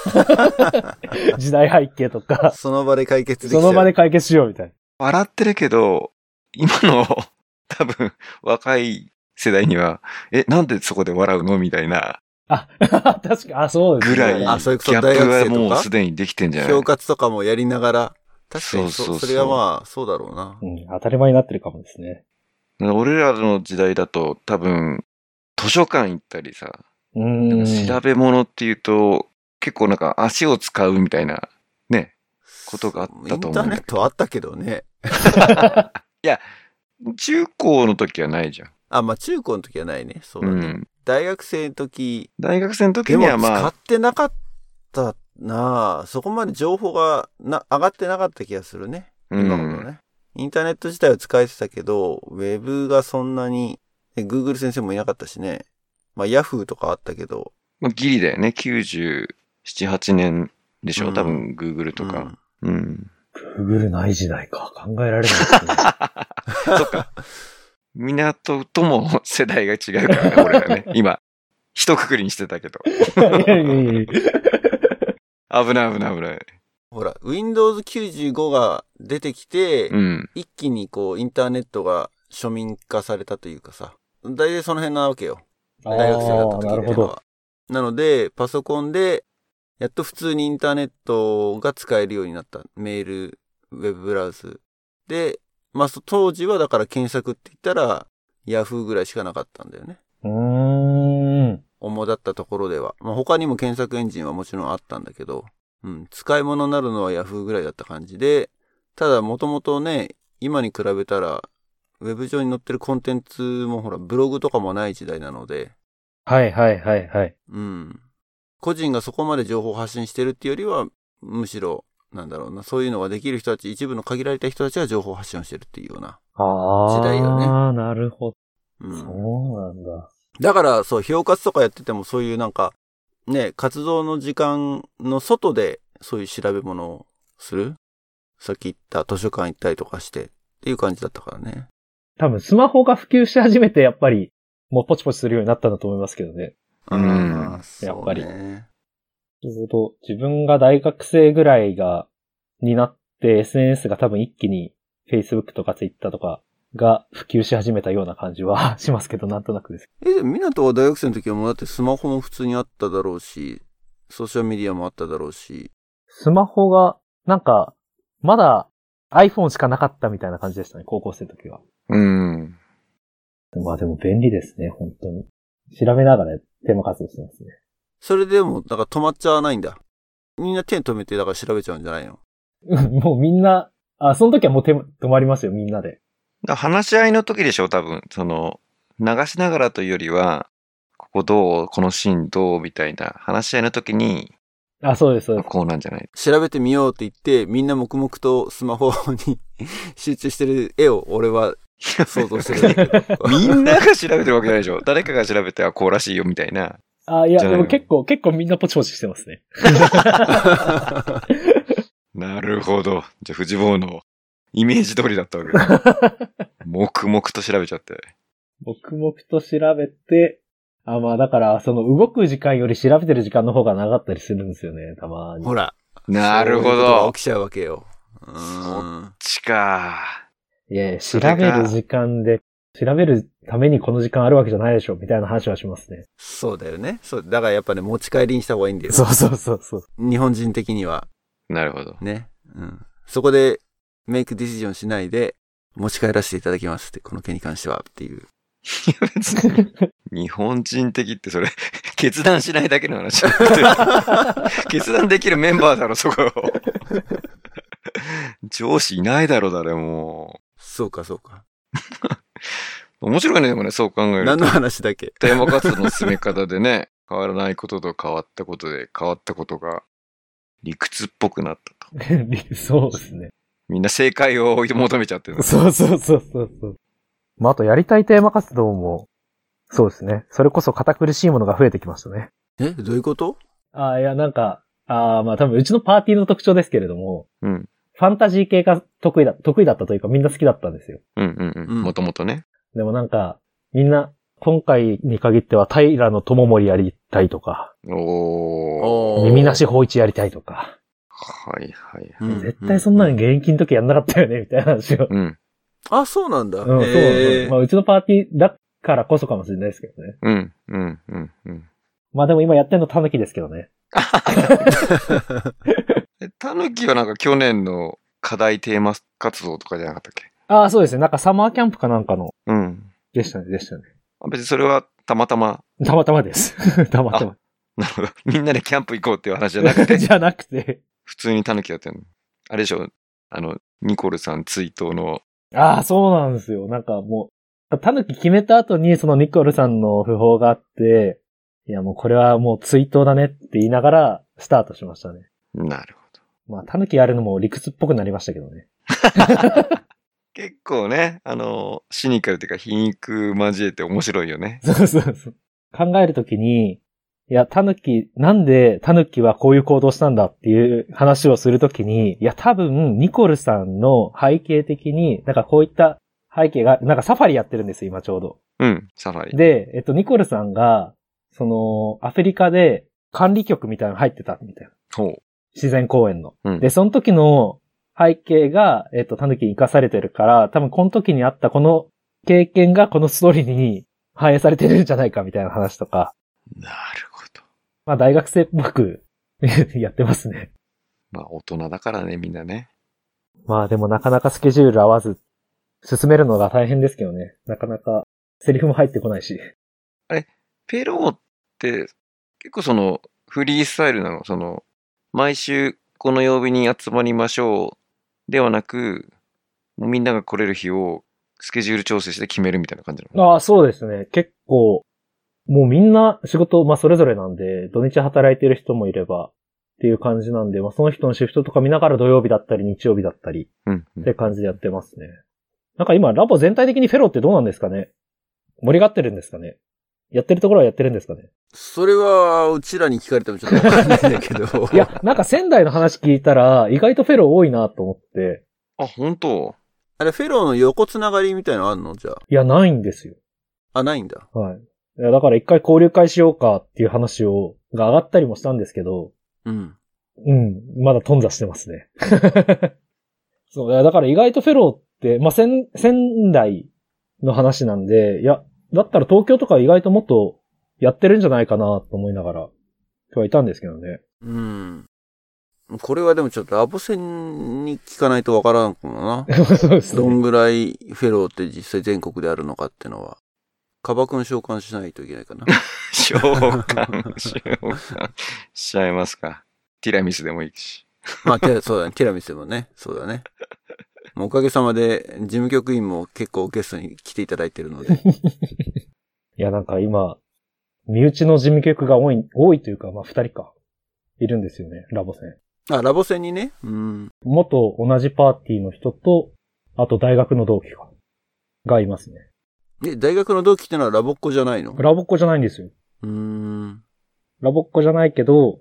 Speaker 3: よ。時代背景とか、
Speaker 1: その場で解決できちゃ
Speaker 3: そうの場で。解決しようみたいな。
Speaker 2: 笑ってるけど、今の 多分若い世代には、え、なんでそこで笑うのみたいな
Speaker 3: あ、 確か、あ、そうです
Speaker 2: ぐ
Speaker 3: ね。
Speaker 2: らい、ギ
Speaker 1: あそれ
Speaker 2: ャ
Speaker 1: こそ
Speaker 2: ッ
Speaker 1: 大
Speaker 2: プ
Speaker 1: 学生
Speaker 2: が
Speaker 1: とか
Speaker 2: もうすでにできてんじゃない
Speaker 1: 評価とかもやりながら。確かにそ、
Speaker 2: そうそうそう
Speaker 1: それはまあ、そうだろうな。
Speaker 3: うん、当たり前になってるかもですね。
Speaker 2: 俺らの時代だと多分、図書館行ったりさ、
Speaker 3: うーん。
Speaker 2: 調べ物っていうと、結構なんか足を使うみたいな、ね。ことがあったと思うんだけど
Speaker 1: インターネットあったけどね。
Speaker 2: 中高の時はないじゃん。
Speaker 1: あ、まあ中高の時はないね。そう
Speaker 2: う
Speaker 1: だね。
Speaker 2: ん。
Speaker 1: 大学生の時、
Speaker 2: 大学生の時
Speaker 1: で
Speaker 2: に
Speaker 1: も使
Speaker 2: はまあ
Speaker 1: っ、てなかったなあそこまで情報がな上がってなかった気がするね。
Speaker 2: う
Speaker 1: 今ほど
Speaker 2: ん。
Speaker 1: ね。インターネット自体は使えてたけど、ウェブがそんなに、で Google 先生もいなかったしね。まあ Yahoo とかあったけど。
Speaker 2: まあ、ギリだよね。97、8年でし
Speaker 1: う
Speaker 2: ょ。
Speaker 1: ん
Speaker 2: 多分、Google と
Speaker 1: う
Speaker 2: か
Speaker 1: ん。
Speaker 2: うん。
Speaker 3: ググるない時代か。考えられないですね。
Speaker 2: 港とも世代が違うからね、俺 らね。今、一括りにしてたけど。
Speaker 3: いやいやいやいや
Speaker 2: 危ない危ない危ない。
Speaker 1: ほら、Windows 95が出てきて、
Speaker 2: うん。
Speaker 1: 一気にこうインターネットが庶民化されたというかさ。大体その辺なわけよ。大学生だった時
Speaker 3: あーな
Speaker 1: って
Speaker 3: る
Speaker 1: いう
Speaker 3: ほ
Speaker 1: の
Speaker 3: ど。
Speaker 1: は。なので、パソコンで、やっと普通にインターネットが使えるようになった。メール、ウェブブラウス。で、まあ、そ当時はだから検索って言ったら、Yahoo ぐらいしかなかったんだよね。
Speaker 3: うーん。
Speaker 1: 主だったところでは。まあ、他にも検索エンジンはもちろんあったんだけど、うん、使い物になるのは Yahoo ぐらいだった感じで、ただもともとね、今に比べたら、ウェブ上に載ってるコンテンツもほら、ブログとかもない時代なので、
Speaker 3: はいはいはいはい。
Speaker 1: うん。個人がそこまで情報を発信してるっていうよりは、むしろ、なんだろうな、そういうのができる人たち、一部の限られた人たちが情報を発信をしてるっていうような。
Speaker 3: ああ。
Speaker 1: 時代よね
Speaker 3: なるほど。
Speaker 1: うん。
Speaker 3: そうなんだ。
Speaker 1: だから、そう、評価とかやってても、そういうなんか、ね、活動の時間の外で、そういう調べ物をするさっき言った図書館行ったりとかして、っていう感じだったからね。
Speaker 3: 多分スマホが普及し始めて、やっぱり、もうポチポチするようになったんだと思いますけどね。
Speaker 2: うん
Speaker 1: あーそうね
Speaker 3: やっぱりなるほど。自分が大学生ぐらいが、になって、SNS が多分一気に Facebook とか Twitter とかが普及し始めたような感じは しますけど、なんとなくです。
Speaker 1: え、でも、港は大学生の時はもうだってスマホも普通にあっただろうし、ソーシャルメディアもあっただろうし、
Speaker 3: スマホが、なんか、まだ iPhone しかなかったみたいな感じでしたね、高校生の時は。
Speaker 2: うん。
Speaker 3: まあでも便利ですね、本当に。調べながらテーマ活動してますね。
Speaker 1: それでも、だから止まっちゃわないんだ。みんな手に止めて、だから調べちゃうんじゃないの
Speaker 3: うん もうみんな、あ、その時はもう手も止まりますよ、みんなで。
Speaker 2: だ話し合いの時でしょ、多分。その、流しながらというよりは、ここどうこのシーンどうみたいな話し合いの時に、
Speaker 3: あ、そうです、そうです。
Speaker 2: こうなんじゃない
Speaker 1: 調べてみようって言って、みんな黙々とスマホに 集中してる絵を俺は想像してるんだけど。
Speaker 2: みんなが調べてるわけじゃないでしょ。誰かが調べて、あ、こうらしいよ、みたいな。
Speaker 3: あ、いや、
Speaker 2: じゃあ
Speaker 3: でも結構、結構みんなポチポチしてますね。
Speaker 2: なるほど。じゃあ、藤坊のイメージ通りだったわけだ。黙々と調べちゃって。
Speaker 3: 黙々と調べて、あ、まあだから、その動く時間より調べてる時間の方が長かったりするんですよね、たまに。
Speaker 1: ほら。
Speaker 2: なるほ
Speaker 1: そういうことが
Speaker 2: ど。
Speaker 1: 起きちゃうわけよ。う
Speaker 2: そ
Speaker 1: ーん。
Speaker 2: ちか。
Speaker 3: いやいや
Speaker 2: そ
Speaker 3: 調
Speaker 2: れか
Speaker 3: べる時間で、調べるためにこの時間あるわけじゃないでしょ、みたいな話はしますね。
Speaker 1: そうだよね。そう。だからやっぱね、持ち帰りにした方がいいんだよ。
Speaker 3: うそうそうそう。
Speaker 1: 日本人的には。
Speaker 2: なるほど。
Speaker 1: ね。うん。そこで、メイクディシジョンしないで、持ち帰らせていただきますって、この件に関しては、って いう。
Speaker 2: いや別に日本人的ってそれ、 決断しないだけの 話。決断できるメンバーだろ、そこ。上司いないだろ、誰も。
Speaker 1: そうか、そうか。
Speaker 2: 面白いね、でもね、そう考えると
Speaker 1: 何。の話だっけ
Speaker 2: テーマ活動の進め方でね、変わらないことと変わったことで、変わったことが理屈っぽくなったと。
Speaker 3: そうですね。
Speaker 2: みんな正解を追い求めちゃってるんです。
Speaker 3: そうそうそうそうそう。まあ、あとやりたいテーマ活動も、そうですね。それこそ堅苦しいものが増えてきましたね。
Speaker 1: えどういうこと
Speaker 3: ああ、いや、なんか、ああ、まあ多分うちのパーティーの特徴ですけれども、
Speaker 2: うん。
Speaker 3: ファンタジー系が得意だ、得意だったというかみんな好きだったんですよ。
Speaker 2: うんうん
Speaker 1: う
Speaker 2: うんん。もともとね。
Speaker 3: でもなんか、みんな、今回に限っては平の智盛やりたいとか、
Speaker 2: おー。
Speaker 1: お
Speaker 3: 耳なし法一やりたいとか、
Speaker 2: はいはいはい。
Speaker 1: うん
Speaker 3: 絶対そんなの現役の時やんなかったよね、みたいな話を。
Speaker 2: うん。
Speaker 1: あ、そうなんだ。
Speaker 3: うん、そう
Speaker 1: へー
Speaker 3: そう。まあうちのパーティーだからこそかもしれないですけどね。
Speaker 2: うん。うん。うん。うん。
Speaker 3: まあでも今やってんのタヌキですけどね。
Speaker 2: えたぬきはなんか去年の課題テーマ活動とかじゃなかったっけ
Speaker 3: ああ、そうですね。なんかサマーキャンプかなんかの、
Speaker 2: うん。
Speaker 3: でしたね、でしたね。
Speaker 2: あ別にそれはたまたま、
Speaker 3: たまたまです。 たまたま。
Speaker 2: なるほど。みんなでキャンプ行こうっていう話じゃな くて、
Speaker 3: じゃなくて。
Speaker 2: 普通にたぬきやってんの。あれでしょあの、ニコルさん追悼の
Speaker 3: ああ、そうなんですよ。なんかもう、タヌキ決めた後にそのニコルさんの訃報があって、いやもうこれはもう追悼だねって言いながらスタートしましたね。
Speaker 2: なるほど。
Speaker 3: まあ、タヌキやるのも理屈っぽくなりましたけどね。
Speaker 2: 結構ね、あの、シニカルというか、皮肉交えて面白いよね。
Speaker 3: そうそうそう。考えるときに、いや、タヌキ、なんでタヌキはこういう行動したんだっていう話をするときに、いや、多分、ニコルさんの背景的に、なんかこういった背景が、なんかサファリやってるんですよ、今ちょうど。
Speaker 2: うん、サファリ。
Speaker 3: で、えっと、ニコルさんが、その、アフリカで管理局みたいなの入ってたみたいな。
Speaker 2: ほ
Speaker 3: 自然公園の。
Speaker 2: う。うん。
Speaker 3: で、その時の背景が、えっと、タヌキに生かされてるから、多分この時にあったこの経験がこのストーリーに反映されてるんじゃないかみたいな話とか。
Speaker 2: なるほど。
Speaker 3: まあ、大学生っぽく やってますね。
Speaker 2: まあ、大人だからね、みんなね。
Speaker 3: まあ、でもなかなかスケジュール合わず、進めるのが大変ですけどね。なかなか、セリフも入ってこないし。
Speaker 2: ペローって、結構その、フリースタイルなの。その、毎週この曜日に集まりましょう。ではなく、もうみんなが来れる日をスケジュール調整して決めるみたいな感じなの。
Speaker 3: ああ、そうですね。結構、もうみんな仕事、まあそれぞれなんで、土日働いてる人もいれば、っていう感じなんで、まあその人のシフトとか見ながら土曜日だったり日曜日だったり
Speaker 2: うん。
Speaker 3: って感じでやってますね。なんか今ラボ全体的にフェローってどうなんですかね盛り上がってるんですかねやってるところはやってるんですかね
Speaker 1: それは、うちらに聞かれてもちょっとわかんないんだけど。
Speaker 3: いや、なんか仙台の話聞いたら、意外とフェロー多いなと思って、
Speaker 2: あ、本当
Speaker 1: あれ、フェローの横つながりみたいなのあんのじゃあ。
Speaker 3: いや、ないんですよ。
Speaker 1: あ、ないんだ。
Speaker 3: はい。いや、だから一回交流会しようかっていう話を、が上がったりもしたんですけど、
Speaker 1: うん。
Speaker 3: うん、まだ頓挫してま すね。そう、いやだから意外とフェローって、まあ、仙、仙台の話なんで、いや、だったら東京とか意外ともっとやってるんじゃないかなと思いながら、今日はいたんですけど ね。
Speaker 1: うん。これはでもちょっとアボセンに聞かないとわからんかもな。
Speaker 3: そうです
Speaker 1: ど
Speaker 3: ね。
Speaker 1: んぐらいフェローって実際全国であるのかってのは。カバ君召喚しないといけないか な。
Speaker 2: 召喚、召喚しちゃいますか。ティラミスでもいいし。
Speaker 1: まあ、ティラそうだね。ティラミスでもね。そうだね。もうおかげさまで、事務局員も結構ゲストに来ていただいてるの で。
Speaker 3: いや、なんか今、身内の事務局が多い、多いというか、まあ、二人か、いるんですよね、ラボ戦。
Speaker 1: あ、ラボ戦にね。うん。
Speaker 3: 元同じパーティーの人と、あと大学の同期が、がいますね。
Speaker 1: で、大学の同期ってのはラボっ子じゃないの
Speaker 3: ラボっ子じゃないんですよ。
Speaker 1: うーん。
Speaker 3: ラボっ子じゃないけど、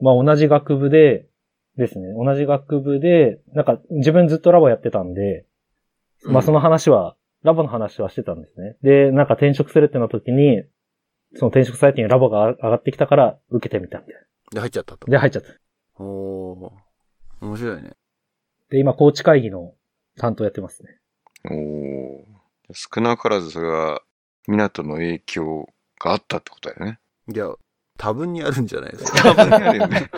Speaker 3: まあ同じ学部で、ですね、同じ学部で、なんか自分ずっとラボやってたんで、まあその話はラボの話はしてたんですね。で、なんか転職するってなった時に、その転職サイトにラボが上がってきたから受けてみたみたいな。
Speaker 1: で、入っちゃったと。
Speaker 3: で、入っちゃった。
Speaker 1: おー。面白いね。
Speaker 3: で、今、コーチ会議の担当やってますね。
Speaker 2: おお。少なからずそれは、港の影響があったってことだよね。
Speaker 1: いや、多分にあるんじゃないですか。
Speaker 2: 多分あるよ ね。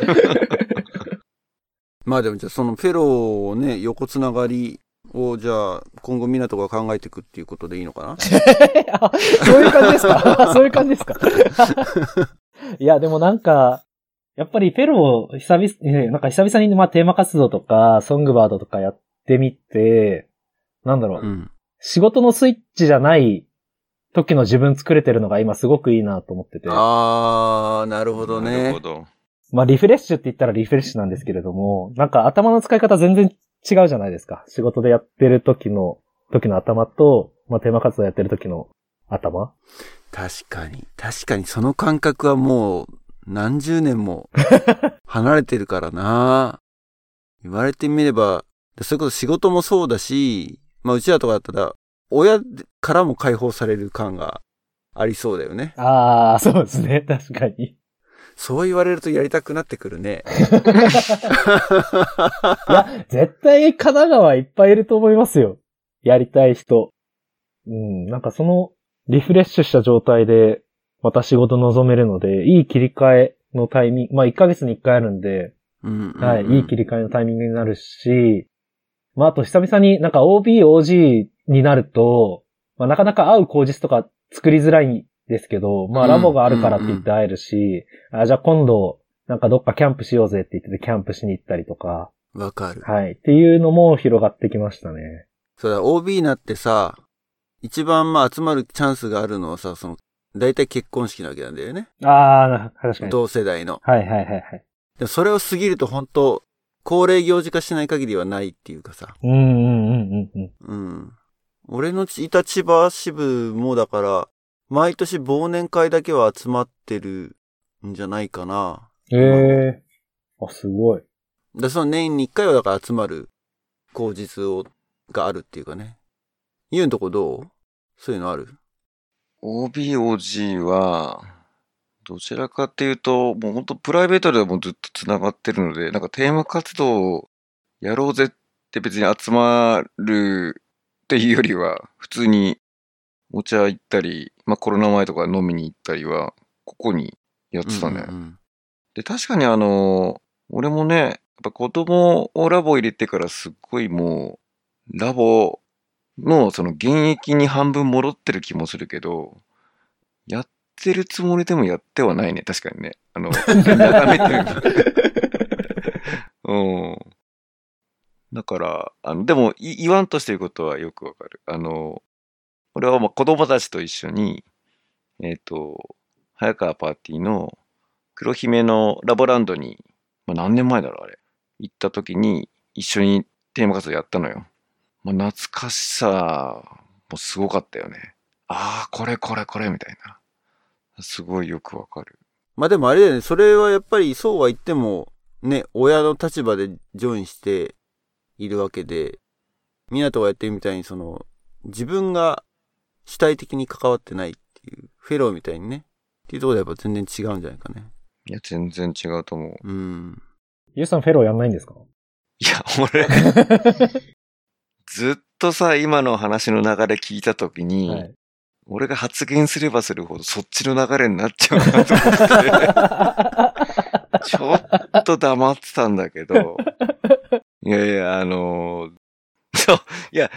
Speaker 1: まあでもじゃあそのフェローをね、横つながりをじゃあ今後港が考えていくっていうことでいいのかな
Speaker 3: あ そういう感じですか そういう感じですか いや、でもなんか、やっぱりフェロー、久々、ねなんか久々に、まあ、テーマ活動とか、ソングバードとかやってみて、なんだろう、
Speaker 1: うん。
Speaker 3: 仕事のスイッチじゃない時の自分作れてるのが今すごくいいなと思ってて。
Speaker 1: あー、なるほど
Speaker 2: なる
Speaker 1: ね
Speaker 2: ほ。ど。
Speaker 3: まあ、リフレッシュって言ったらリフレッシュなんですけれども、なんか頭の使い方全然違うじゃないですか。仕事でやってる時の、時の頭と、まあ、テーマ活動やってる時の頭。
Speaker 1: 確かに。確かにその感覚はもう何十年 も離れてるからな。言われてみれば、それこそ仕事もそうだし、まあうちらとかだったら、親からも解放される感がありそうだよね。
Speaker 3: ああ、そうですね。 確かに。
Speaker 1: そう言われるとやりたくなってくるね。
Speaker 3: いや、絶対神奈川いっぱいいると思いますよ。やりたい人。うん、なんかその、リフレッシュした状態で、また仕事望めるので、いい切り替えのタイミング、まあ1ヶ月に1回あるんで、
Speaker 1: うんうんうん
Speaker 3: はい、いい切り替えのタイミングになるし、まああと久々になんか OB、OG になると、まあなかなか合う口実とか作りづらいんですけど、まあラボがあるからって言って会えるし、あ、じゃあ今度、なんかどっかキャンプしようぜって言っててキャンプしに行ったりとか、
Speaker 1: わかる。
Speaker 3: はい。っていうのも広がってきましたね。
Speaker 1: そうだ、OB になってさ、一番まあ集まるチャンスがあるのはさ、その、大体結婚式なわけなんだよね。
Speaker 3: ああ、な確かに。
Speaker 1: 同世代の。
Speaker 3: はいはいはいはい。
Speaker 1: でもそれを過ぎると本当恒例行事化しない限りはないっていうかさ。
Speaker 3: うんうんうんうんうん。
Speaker 1: うん。俺のいた千葉支部もだから、毎年忘年会だけは集まってるんじゃないかな。
Speaker 3: ええあ、すごい。
Speaker 1: で、その年に一回はだから集まる口実を、があるっていうかね。ユうのとこどうそういうのある
Speaker 2: OBOG は、どちらかっていうと、もう本当プライベートではもうずっと繋がってるので、なんかテーマ活動をやろうぜって別に集まるっていうよりは、普通にお茶行ったり、まあコロナ前とか飲みに行ったりは、ここにやってたね。
Speaker 1: うんうん
Speaker 2: で、確かにあの、俺もね、やっぱ子供をラボ入れてからすっごいもう、ラボのその現役に半分戻ってる気もするけど、やってるつもりでもやってはないね、確かにね。あの、 眺めてる。うん。だから、あの、でもい言わんとしてることはよくわかる。あの、俺はまあ子供たちと一緒に、えっ、と、早川パーティーの黒姫のラボランドに、まあ、何年前だろうあれ行った時に一緒にテーマ活動やったのよ、まあ、懐かしさもすごかったよねああこれこれこれみたいなすごいよくわかる
Speaker 1: まあでもあれだよね、それはやっぱりそうは言っても、ね、親の立場でジョインしているわけで、湊がやってるみたいにその、自分が主体的に関わってないっていう、フェローみたいにね、っていうところでやっぱ全然違うんじゃないかね。
Speaker 2: いや全然違うと思う
Speaker 1: うん。
Speaker 3: ゆうさんフェローやんないんですか
Speaker 2: いや俺 ずっとさ今の話の流れ聞いた時に、
Speaker 3: はい。
Speaker 2: 俺が発言すればするほどそっちの流れになっちゃうなと思って ちょっと黙ってたんだけど。いやいや、あのーそう、いや、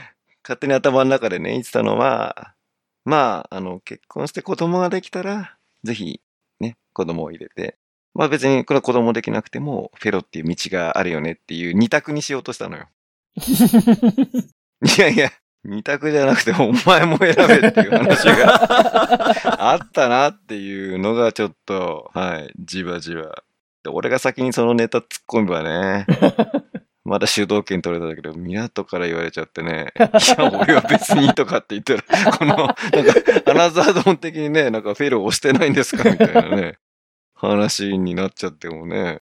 Speaker 2: 勝手に頭の中でね、言ってたのは、まあ、あの、結婚して子供ができたら、ぜひ、ね、子供を入れて、まあ別に、これは子供できなくても、フェロっていう道があるよねっていう二択にしようとしたのよ。いやいや、二択じゃなくて、お前も選べっていう話があったなっていうのがちょっと、はい、じわじわ。で俺が先にそのネタ突っ込めばね、まだ主導権取れたんだけど、港から言われちゃってね、いや、俺は別にとかって言ったら、この、なんか、アナザードン的にね、なんかフェルを押してないんですかみたいなね、話になっちゃってもね、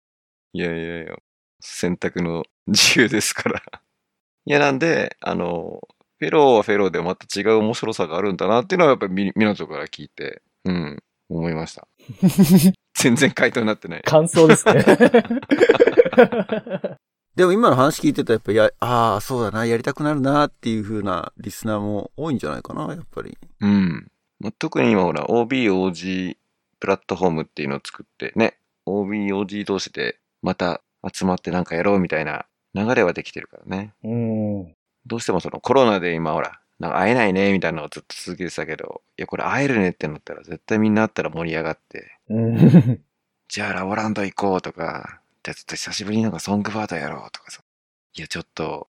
Speaker 2: いやいやいや、選択の自由ですから。いや、なんで、あの、フェローはフェローでまた違う面白さがあるんだなっていうのはやっぱりみ、みなとから聞いて、うん、思いました。全然回答になってない。
Speaker 3: 感想ですね。
Speaker 1: でも今の話聞いてたらやっぱや、ああ、そうだな、やりたくなるなっていう風なリスナーも多いんじゃないかな、やっぱり。
Speaker 2: うん。まあ特に今ほら、OB、OG プラットフォームっていうのを作ってね、OB、OG 同士でまた集まってなんかやろうみたいな流れはできてるからね。
Speaker 3: うん。
Speaker 2: どうしてもそのコロナで今ほら、なんか会えないねみたいなのをずっと続けてたけど、いやこれ会えるねってなったら絶対みんな会ったら盛り上がって、
Speaker 3: うん。
Speaker 2: じゃあラボランド行こうとか、じゃあちょっと久しぶりになんかソングバードやろうとかさ。いやちょっと、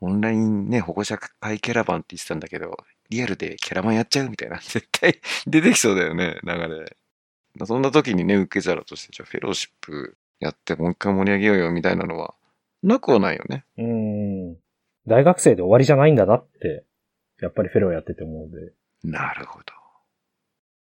Speaker 2: オンラインね、保護者会キャラバンって言ってたんだけど、リアルでキャラバンやっちゃうみたいな、絶対 出てきそうだよね、流れ。そんな時にね、受け皿として、じゃあフェローシップやってもう一回盛り上げようよみたいなのは、なくはないよね。
Speaker 3: うん。大学生で終わりじゃないんだなって、やっぱりフェローやってて思うんで。
Speaker 2: なるほど。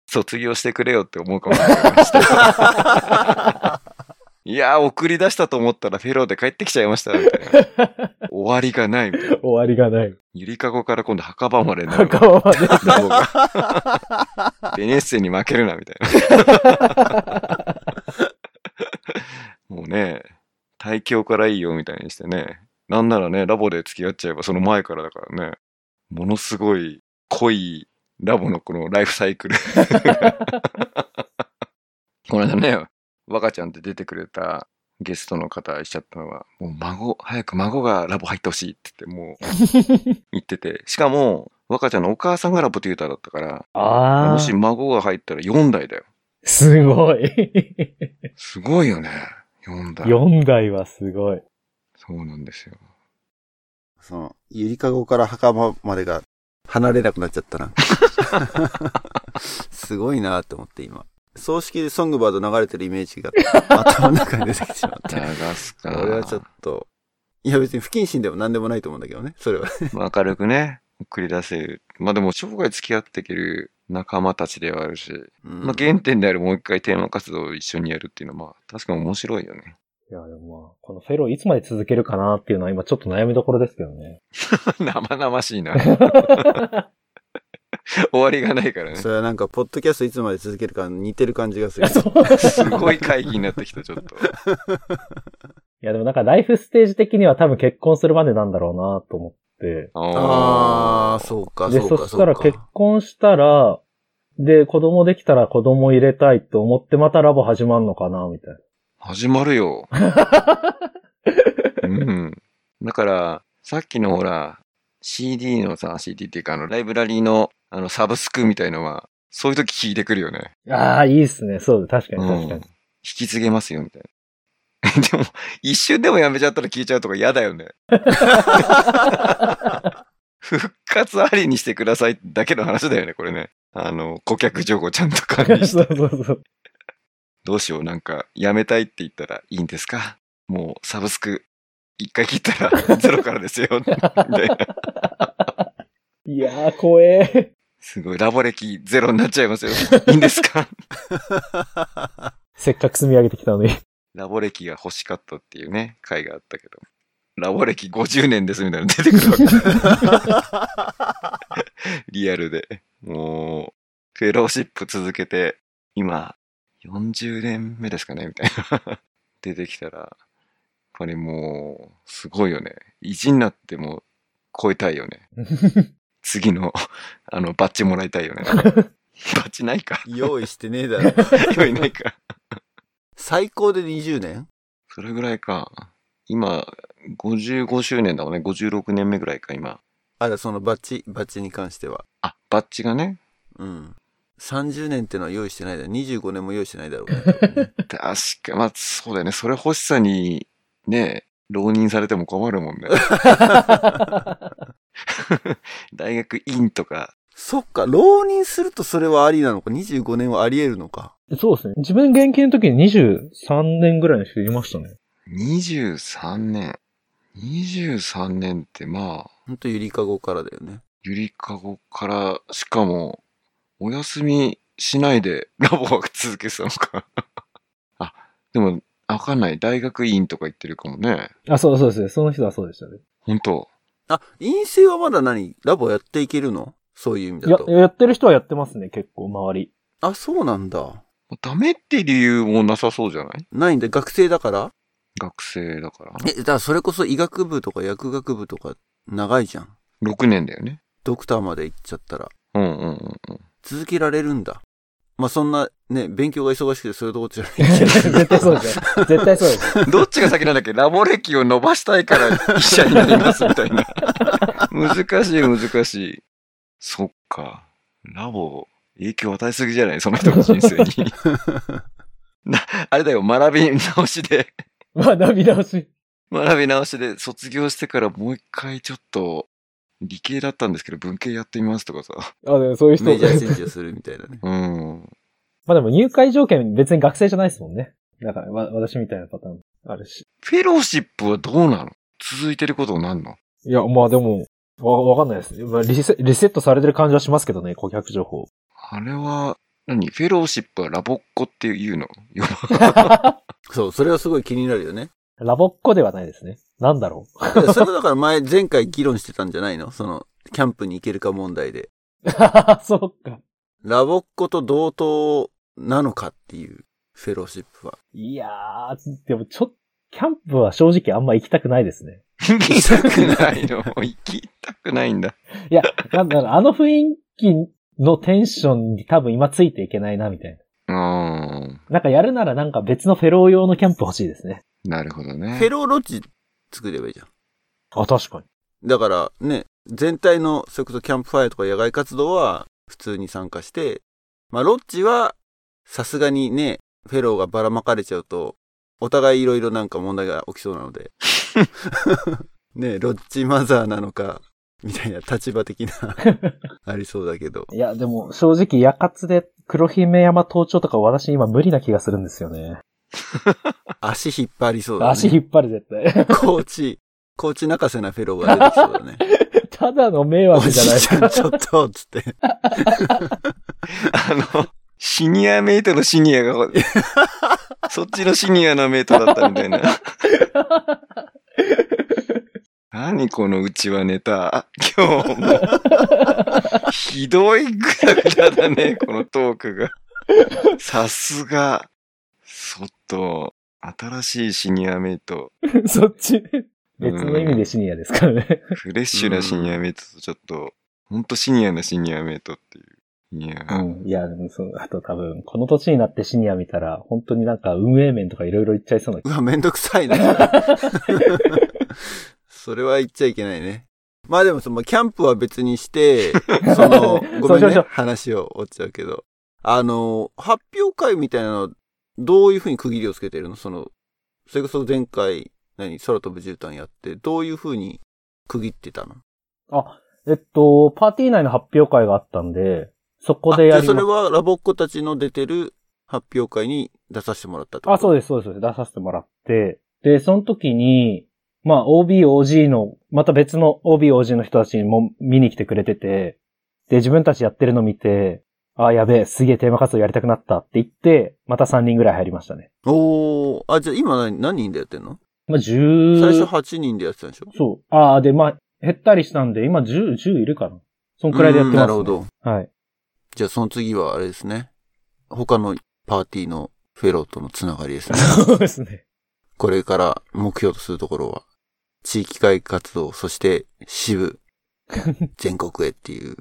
Speaker 2: 卒業してくれよって思うかもしれました。 いやー、送り出したと思ったらフェローで帰ってきちゃいました、みたいな。終わりがない、みたいな。
Speaker 3: 終わりがない。
Speaker 2: ゆりかごから今度墓場までなる。
Speaker 3: 墓場まで。
Speaker 2: ラボ が。ベネッセに負けるな、みたいな。もうね、大教からいいよ、みたいにしてね。なんならね、ラボで付き合っちゃえばその前からだからね。ものすごい濃いラボのこのライフサイクル。この間ね、若ちゃんって出てくれたゲストの方いっしちゃったのは、もう孫、早く孫がラボ入ってほしいって言って、もう言ってて。しかも、若ちゃんのお母さんがラボテューターだったから、
Speaker 3: あ
Speaker 2: も
Speaker 3: あ。
Speaker 2: し孫が入ったら4台だよ。
Speaker 3: すご い。
Speaker 2: すごいよね。4台。
Speaker 3: 4台はすごい。
Speaker 2: そうなんですよ。
Speaker 1: その、ゆりかごから墓場までが離れなくなっちゃったな。すごいなと思って今。葬式でソングバード流れてるイメージが頭の中に出てきてしまっ
Speaker 2: 流
Speaker 1: て。
Speaker 2: すか。
Speaker 1: 俺はちょっと、いや別に不謹慎でも何でもないと思うんだけどね、それは。
Speaker 2: まあ明るくね、送り出せる。まあでも、生涯付き合っていける仲間たちではあるし、
Speaker 1: うん
Speaker 2: まあ原点であるもう一回テーマ活動を一緒にやるっていうのは、まあ確かに面白いよね。
Speaker 3: いや、でもまあ、このフェローいつまで続けるかなっていうのは今ちょっと悩みどころですけどね。
Speaker 2: 生々し いな。終わりがないからね。
Speaker 1: それはなんか、ポッドキャストいつまで続けるか似てる感じがする。
Speaker 3: そう。
Speaker 2: すごい会議になってきた、ちょっ と。
Speaker 3: いや、でもなんかライフステージ的には多分結婚するまでなんだろうなと思って。
Speaker 1: ああ、そうか、
Speaker 3: で、
Speaker 1: そう
Speaker 3: そ
Speaker 1: か、
Speaker 3: し
Speaker 1: そ
Speaker 3: た
Speaker 1: う
Speaker 3: ら結
Speaker 1: か。
Speaker 3: 婚したら、で、子供できたら子供入れたいと思ってまたラボ始まるのかなみたいな。
Speaker 2: 始まる よ。うん。だから、さっきのほら、CD のさ、CD っていうか、あの、ライブラリーの、あの、サブスクみたいのは、そういう時聞いてくるよね。
Speaker 3: ああ、いいっすね。そうです。確かに
Speaker 2: うん
Speaker 3: 確かに。
Speaker 2: 引き継げますよ、みたいな。 でも、一瞬でもやめちゃったら聞いちゃうとか嫌だ よね。復活ありにしてくださいだけの話だよね、これね。あの、顧客情報ちゃんと管理して
Speaker 3: そうそうそう。
Speaker 2: どうしよう、なんか、やめたいって言ったらいいんですかもう、サブスク、一回切ったらゼロからですよ。みたいな。
Speaker 3: いやー、怖え。
Speaker 2: すごい、ラボ歴ゼロになっちゃいますよ。いいんですか
Speaker 3: せっかく積み上げてきたのに。
Speaker 2: ラボ歴が欲しかったっていうね、回があったけど。ラボ歴50年ですみたいなの出てくるわけ。リアルで。もう、フェローシップ続けて、今、40年目ですかねみたいな。出てきたら、やっぱりもう、すごいよね。意地になっても超えたいよね。次の、あの、バッジもらいたいよね。バッジない か
Speaker 1: 用意してねえだろ。
Speaker 2: 用意ないか。
Speaker 1: 最高で20年
Speaker 2: それぐらいか。今、55周年だもんね。56年目ぐらいか、今。
Speaker 1: あら、そのバッチ、バッチに関しては。
Speaker 2: あ、バッジがね。
Speaker 1: うん。30年ってのは用意してないだろ。25年も用意してないだろうね多分ね。
Speaker 2: 確か、まあ、そうだよね。それ欲しさに、ね、浪人されても困るもんね。大学院とか、
Speaker 1: そっか、浪人するとそれはありなのか。25年はあり得るのか。
Speaker 3: そうですね。自分現役の時に23年ぐらいの人いましたね。
Speaker 2: 23年。23年って、まあ、
Speaker 1: ほんとゆりかごからだよね。
Speaker 2: ゆりかごから、しかも、お休みしないでラボは続けてたのか。 あ、でも、わかんない。大学院とか行ってるかもね。
Speaker 3: あ、そうそうですね。その人はそうでしたね。
Speaker 2: 本当
Speaker 1: あ、陰性はまだ何ラボやっていけるのそういう意味だ
Speaker 3: や、
Speaker 1: と。
Speaker 3: やってる人はやってますね、結構、周 り。
Speaker 1: あ、そうなんだ。
Speaker 2: ダメって理由もなさそうじゃない
Speaker 1: ないんで、学生だから
Speaker 2: 学生だから。
Speaker 1: え、だからそれこそ医学部とか薬学部とか長いじゃん。
Speaker 2: 6年だよね。
Speaker 1: ドクターまで行っちゃったら。
Speaker 2: うんうんうんうん。
Speaker 1: 続けられるんだ。まあ、そんな、ね、勉強が忙しくてそういうとこじゃないけど。
Speaker 3: 絶対そうですね。絶対そうで す。
Speaker 2: どっちが先なんだっけラボ歴を伸ばしたいから医者になりますみた いな。難しい難しい。そっか。ラボ、影響与えすぎじゃないその人の人生に。な あれだよ、学び直しで、
Speaker 3: 学び直し。
Speaker 2: 学び直しで卒業してからもう一回ちょっと、理系だったんですけど文系やってみますとかさ。
Speaker 3: あ、でもそういう 人
Speaker 1: メジャーチェンジをするみたいなね。
Speaker 2: うん。
Speaker 3: まあでも入会条件別に学生じゃないですもんね。だから、わ、私みたいなパターンもあるし。
Speaker 2: フェローシップはどうなの続いてることになるの
Speaker 3: いや、まあでも、わ、わかんないです。まあリセ、リセットされてる感じはしますけどね、顧客情報。
Speaker 2: あれは、何フェローシップはラボっ子っていうのよ
Speaker 1: そう、それはすごい気になるよね。
Speaker 3: ラボっ子ではないですね。なんだろう。
Speaker 1: だからそれだから前、前回議論してたんじゃないのその、キャンプに行けるか問題で。
Speaker 3: そうか。
Speaker 1: ラボっ子と同等なのかっていう、フェローシップは。
Speaker 3: いやー、でもちょっと、キャンプは正直あんま行きたくないですね。
Speaker 2: 行きたくないの行きたくないんだ。
Speaker 3: いや、なんだろう、あの雰囲気のテンションに多分今ついていけないな、みたいな。
Speaker 2: うーん。
Speaker 3: なんかやるならなんか別のフェロー用のキャンプ欲しいですね。
Speaker 2: なるほど
Speaker 1: フェ
Speaker 2: ね。
Speaker 1: ローロッジ作ればいいじゃん。
Speaker 3: あ、確かに。
Speaker 1: だからね、全体の、それこそキャンプファイアとか野外活動は普通に参加して、まあ、ロッジは、さすがにね、フェローがばらまかれちゃうと、お互いいろいろなんか問題が起きそうなので。ね、ロッジマザーなのか、みたいな立場的な、ありそうだけど。
Speaker 3: いや、でも正直、夜活で黒姫山登頂とか私今無理な気がするんですよね。
Speaker 1: 足引っ張りそうだね。
Speaker 3: 足引っ張る絶対。
Speaker 1: コーチ、コーチ泣かせなフェローが出てきそうだね。
Speaker 3: ただの迷
Speaker 1: お
Speaker 3: 惑じ
Speaker 1: じ
Speaker 3: ゃないい
Speaker 1: ちゃんちょっと、つって。
Speaker 2: あの、シニアメイトのシニアが、そっちのシニアのメイトだったみたいな。何このうちはネタ。今日も。ひどいぐだぐだだね、このトークが。さすが。そっと、新しいシニアメイト。
Speaker 3: そっち。別の意味でシニアですからね。
Speaker 2: フレッシュなシニアメイトとちょっと、ほんとシニアなシニアメイトっていう。いやー、
Speaker 3: うん。いや、でもそう、あと多分、この年になってシニア見たら、本当になんか運営面とかいろいろ言っちゃいそうな。、
Speaker 1: うわ、めんどくさいな。それは言っちゃいけないね。まあでもその、キャンプは別にして、そのご
Speaker 3: そ
Speaker 1: め
Speaker 3: うし
Speaker 1: ん
Speaker 3: ましょ
Speaker 1: ね
Speaker 3: う。
Speaker 1: 話を折っちゃうけど。あの、発表会みたいなの、どういうふうに区切りをつけてるのその、それこそ前回、何、空飛ぶ絨毯やって、どういうふうに区切ってたの
Speaker 3: えっと、パーティー内の発表会があったんで、そこ
Speaker 1: あじ
Speaker 3: で
Speaker 1: ゃ
Speaker 3: や
Speaker 1: あ
Speaker 3: り
Speaker 1: それ
Speaker 3: ます。
Speaker 1: はラボっ子たちの出てる発表会に出させてもらったってこと
Speaker 3: あ、そうです、そうですそうです。出させてもらって。で、その時に、まあ、OB、OG の、また別の OB、OG の人たちも見に来てくれてて、で、自分たちやってるの見て、あ、やべえ、すげえテーマ活動やりたくなったって言って、また3人ぐらい入りましたね。
Speaker 1: おー。あ、じゃあ今何何人でやってんの
Speaker 3: まあ、10、
Speaker 1: 最初8人でやってたんでしょ
Speaker 3: そう。ああ、で、まあ、減ったりしたんで、今10、10いるかな。そんくらいでやってま
Speaker 1: うんな
Speaker 3: す、ね。
Speaker 1: るほ。ど。
Speaker 3: はい。
Speaker 1: じゃあその次はあれですね。他のパーティーのフェローとのつながり ですね。
Speaker 3: そうですね。
Speaker 1: これから目標とするところは、地域会活動、そして支部、全国へって いう。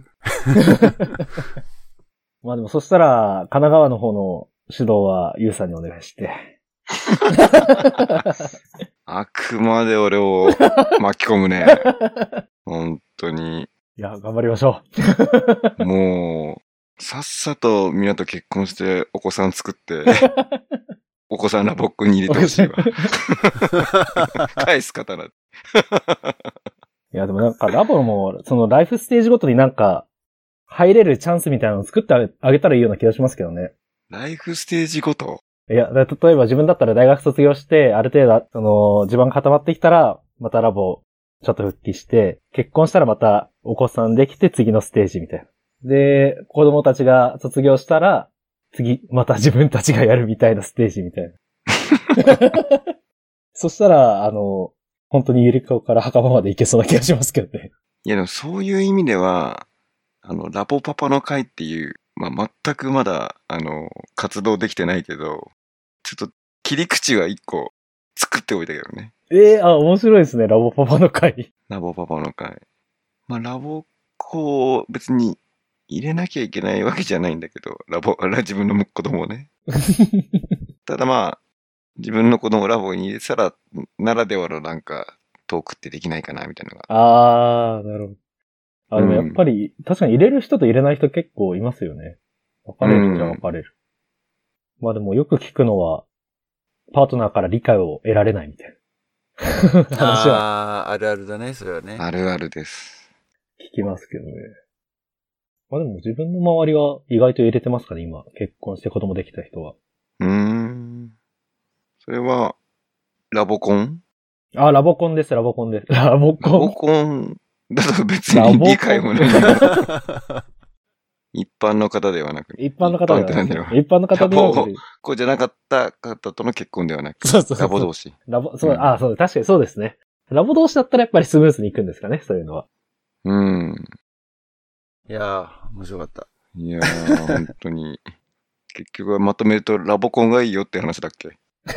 Speaker 3: まあでも、そしたら、神奈川の方の指導は、ゆうさんにお願いして。
Speaker 2: あくまで俺を巻き込むね。本当に。
Speaker 3: いや、頑張りましょう。
Speaker 2: もう、さっさとみんなと結婚してお子さん作って、お子さんらボックに入れてほしいわ。 返す刀。
Speaker 3: いや、でもなんか、ラボも、その、ライフステージごとになんか、入れるチャンスみたいなのを作ってあげあげたらいいような気がしますけどね。
Speaker 2: ライフステージごと。
Speaker 3: いや、だ例えば自分だったら大学卒業して、ある程度、その、地盤が固まってきたら、またラボ、ちょっと復帰して、結婚したらまたお子さんできて次のステージみたいな。で、子供たちが卒業したら、次、また 自分た ちがやるみたいなステージみたいな。そしたら、あの、本当にゆりかごから墓場まで行けそうな気がしますけどね。
Speaker 2: いやでもそういう意味では、あの、ラボパパの会っていう、まあ、全くまだ、あの、活動できてないけど、ちょっと切り口は一個作っておいたけどね。
Speaker 3: ええあ、面白いですね、ラボパパの 会。
Speaker 2: ラボパパの会。まあ、ラボ子を別に入れなきゃいけないわけじゃないんだけど、ラボ、 あら自分の子供をね。ただまあ、自分の子供をラボに入れてたら、ならではのなんか、トークってできないかな、みたいなのが。
Speaker 3: あー、なるほど。あ、でもや
Speaker 2: うん
Speaker 3: っぱり、確かに入れる人と入れない人結構いますよね。分かれるじゃ
Speaker 2: うん
Speaker 3: 分かれる。まあでもよく聞くのは、パートナーから理解を得られないみたいな話は
Speaker 1: ああ、あるあるだね、それはね。
Speaker 2: あるあるです。
Speaker 3: 聞きますけどね。まあでも自分の周りは意外と入れてますから、今。結婚して子供できた人は。
Speaker 2: うーん。それは、ラボコン
Speaker 3: あ、ラボコンです、ラボコンです。 ラボ
Speaker 2: ラ
Speaker 3: コ
Speaker 2: ボ
Speaker 3: ン。
Speaker 2: コンだと別
Speaker 3: ラボ
Speaker 2: に
Speaker 3: コン
Speaker 2: 理解もない。一般の方ではなく、
Speaker 3: 一般の方ではな
Speaker 2: 一般って何だ
Speaker 3: く
Speaker 2: ろう
Speaker 3: 一般の方ではなく
Speaker 2: こうじゃなかった方との結婚ではなく、
Speaker 3: そうそうそう
Speaker 2: ラボ同士。
Speaker 3: ラボ、そう、
Speaker 2: うん
Speaker 3: あそう、確かにそうですね。ラボ同士だったらやっぱりスムーズにいくんですかね、そういうのは。
Speaker 2: うん。
Speaker 1: いやー、面白かった。
Speaker 2: いやー、本当に。結局はまとめるとラボコンがいいよって話だっけ 違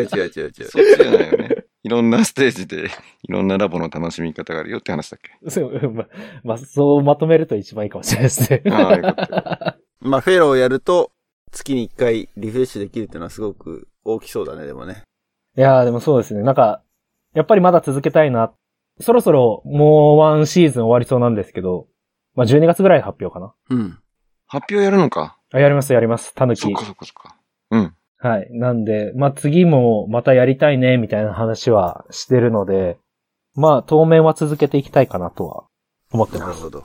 Speaker 1: 違う違う違う違う。
Speaker 2: そっちじゃないよね。いろんなステージで、いろんなラボの楽しみ方があるよって話だっ け
Speaker 3: そう、ま、まあ、そうまとめると一番いいかもしれないですね。
Speaker 2: ああ、よかった。
Speaker 1: まあ、フェローをやると、月に一回リフレッシュできるっていうのはすごく大きそうだね、でもね。
Speaker 3: いやーでもそうですね。なんか、やっぱりまだ続けたいな。そろそろもうワンシーズン終わりそうなんですけど、まあ、12月ぐらい発表かな。
Speaker 1: うん。
Speaker 2: 発表やるのか。
Speaker 3: あ、やります、やります。たぬ
Speaker 2: そっ
Speaker 3: き
Speaker 2: か。そっかそっか。うん。
Speaker 3: はい。なんで、まあ、次もまたやりたいね、みたいな話はしてるので、まあ、当面は続けていきたいかなとは思って
Speaker 1: な
Speaker 3: ま
Speaker 1: る
Speaker 3: す。
Speaker 1: ほど。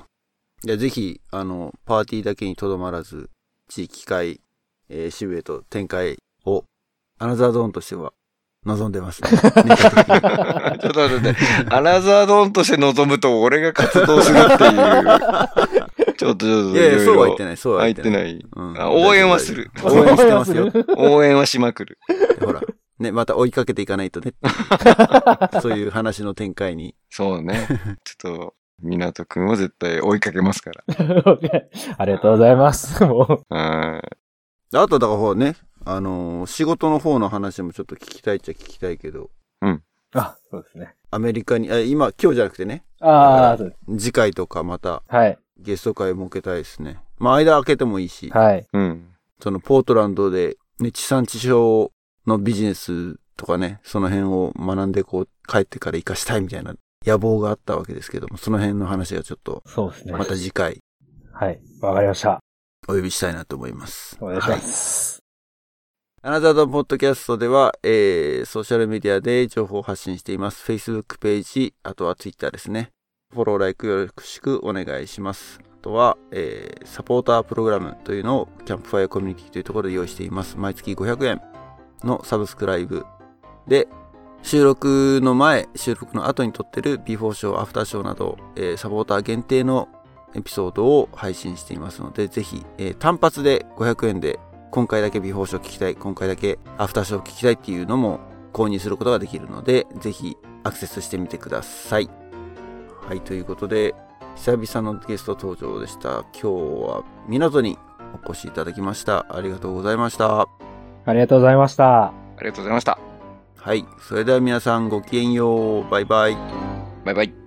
Speaker 1: いや、ぜひ、あの、パーティーだけにとどまらず、地域会、えー、渋谷と展開を、アナザーゾーンとしては、望んで ますね。
Speaker 2: ちょっと待ってね。アラザードーンとして望むと俺が活動するっていう。ちょっとちょっと。
Speaker 1: いやいや、そうは言って
Speaker 2: ない。
Speaker 1: ない、そうは
Speaker 2: 入
Speaker 1: 言っ
Speaker 2: ってて
Speaker 1: ない。
Speaker 2: ない。
Speaker 1: うん
Speaker 2: あ応援はする
Speaker 1: 応援してます よ。
Speaker 2: 応援はしまくる。
Speaker 1: ほら。ね、また追いかけていかないと ね。そういう話の展開に。
Speaker 2: そ うね。ちょっと、港くんは絶対追いかけますから。
Speaker 3: ありがとうございます。もう。
Speaker 2: あ
Speaker 1: あと、だからほうね、あのー仕事の方の話もちょっと聞きたいっちゃ聞きたいけど、
Speaker 3: あ、そうですね。
Speaker 1: アメリカに、あ今、今日じゃなくてね、
Speaker 3: ああ、そうです。
Speaker 1: 次回とかまた
Speaker 3: はい。
Speaker 1: ゲスト会設けたいですね。まあ、間空けてもいいし、
Speaker 3: はい。
Speaker 2: あ。うん。
Speaker 1: そのポートランドで、ね、地産地消のビジネスとかね、その辺を学んでこう、帰ってから活かしたいみたいな野望があったわけですけども、その辺の話がちょっと、
Speaker 3: そうですね。
Speaker 1: また次回
Speaker 3: はい。わかりました。
Speaker 1: お呼びしたいなと思います。
Speaker 3: お願いし
Speaker 1: は
Speaker 3: ま
Speaker 1: い
Speaker 3: す。
Speaker 1: アナザードポッドキャストでは、えー、ソーシャルメディアで情報を発信しています。Facebook ページ、あとは Twitter ですね。フォロー、ライクよろしくお願いします。あとは、えー、サポータープログラムというのをキャンプファイアコミュニティというところで用意しています。毎月500円のサブスクライブで、収録の前、収録の後に撮ってる B4 ショー、アフターショーなど、えーサポーター限定のエピソードを配信していますので、ぜひ、えー単発で500円で今回だけビフォーショー聞きたい、今回だけアフターショー聞きたいっていうのも購入することができるので、ぜひアクセスしてみてください。はい、ということで、久々のゲスト登場でした。今日は港にお越しいただきました。ありがとうございました。
Speaker 3: ありがとうございました。
Speaker 2: ありがとうございました。
Speaker 1: はい、それでは皆さんごきげんよう。バイバイ。
Speaker 2: バイバイ。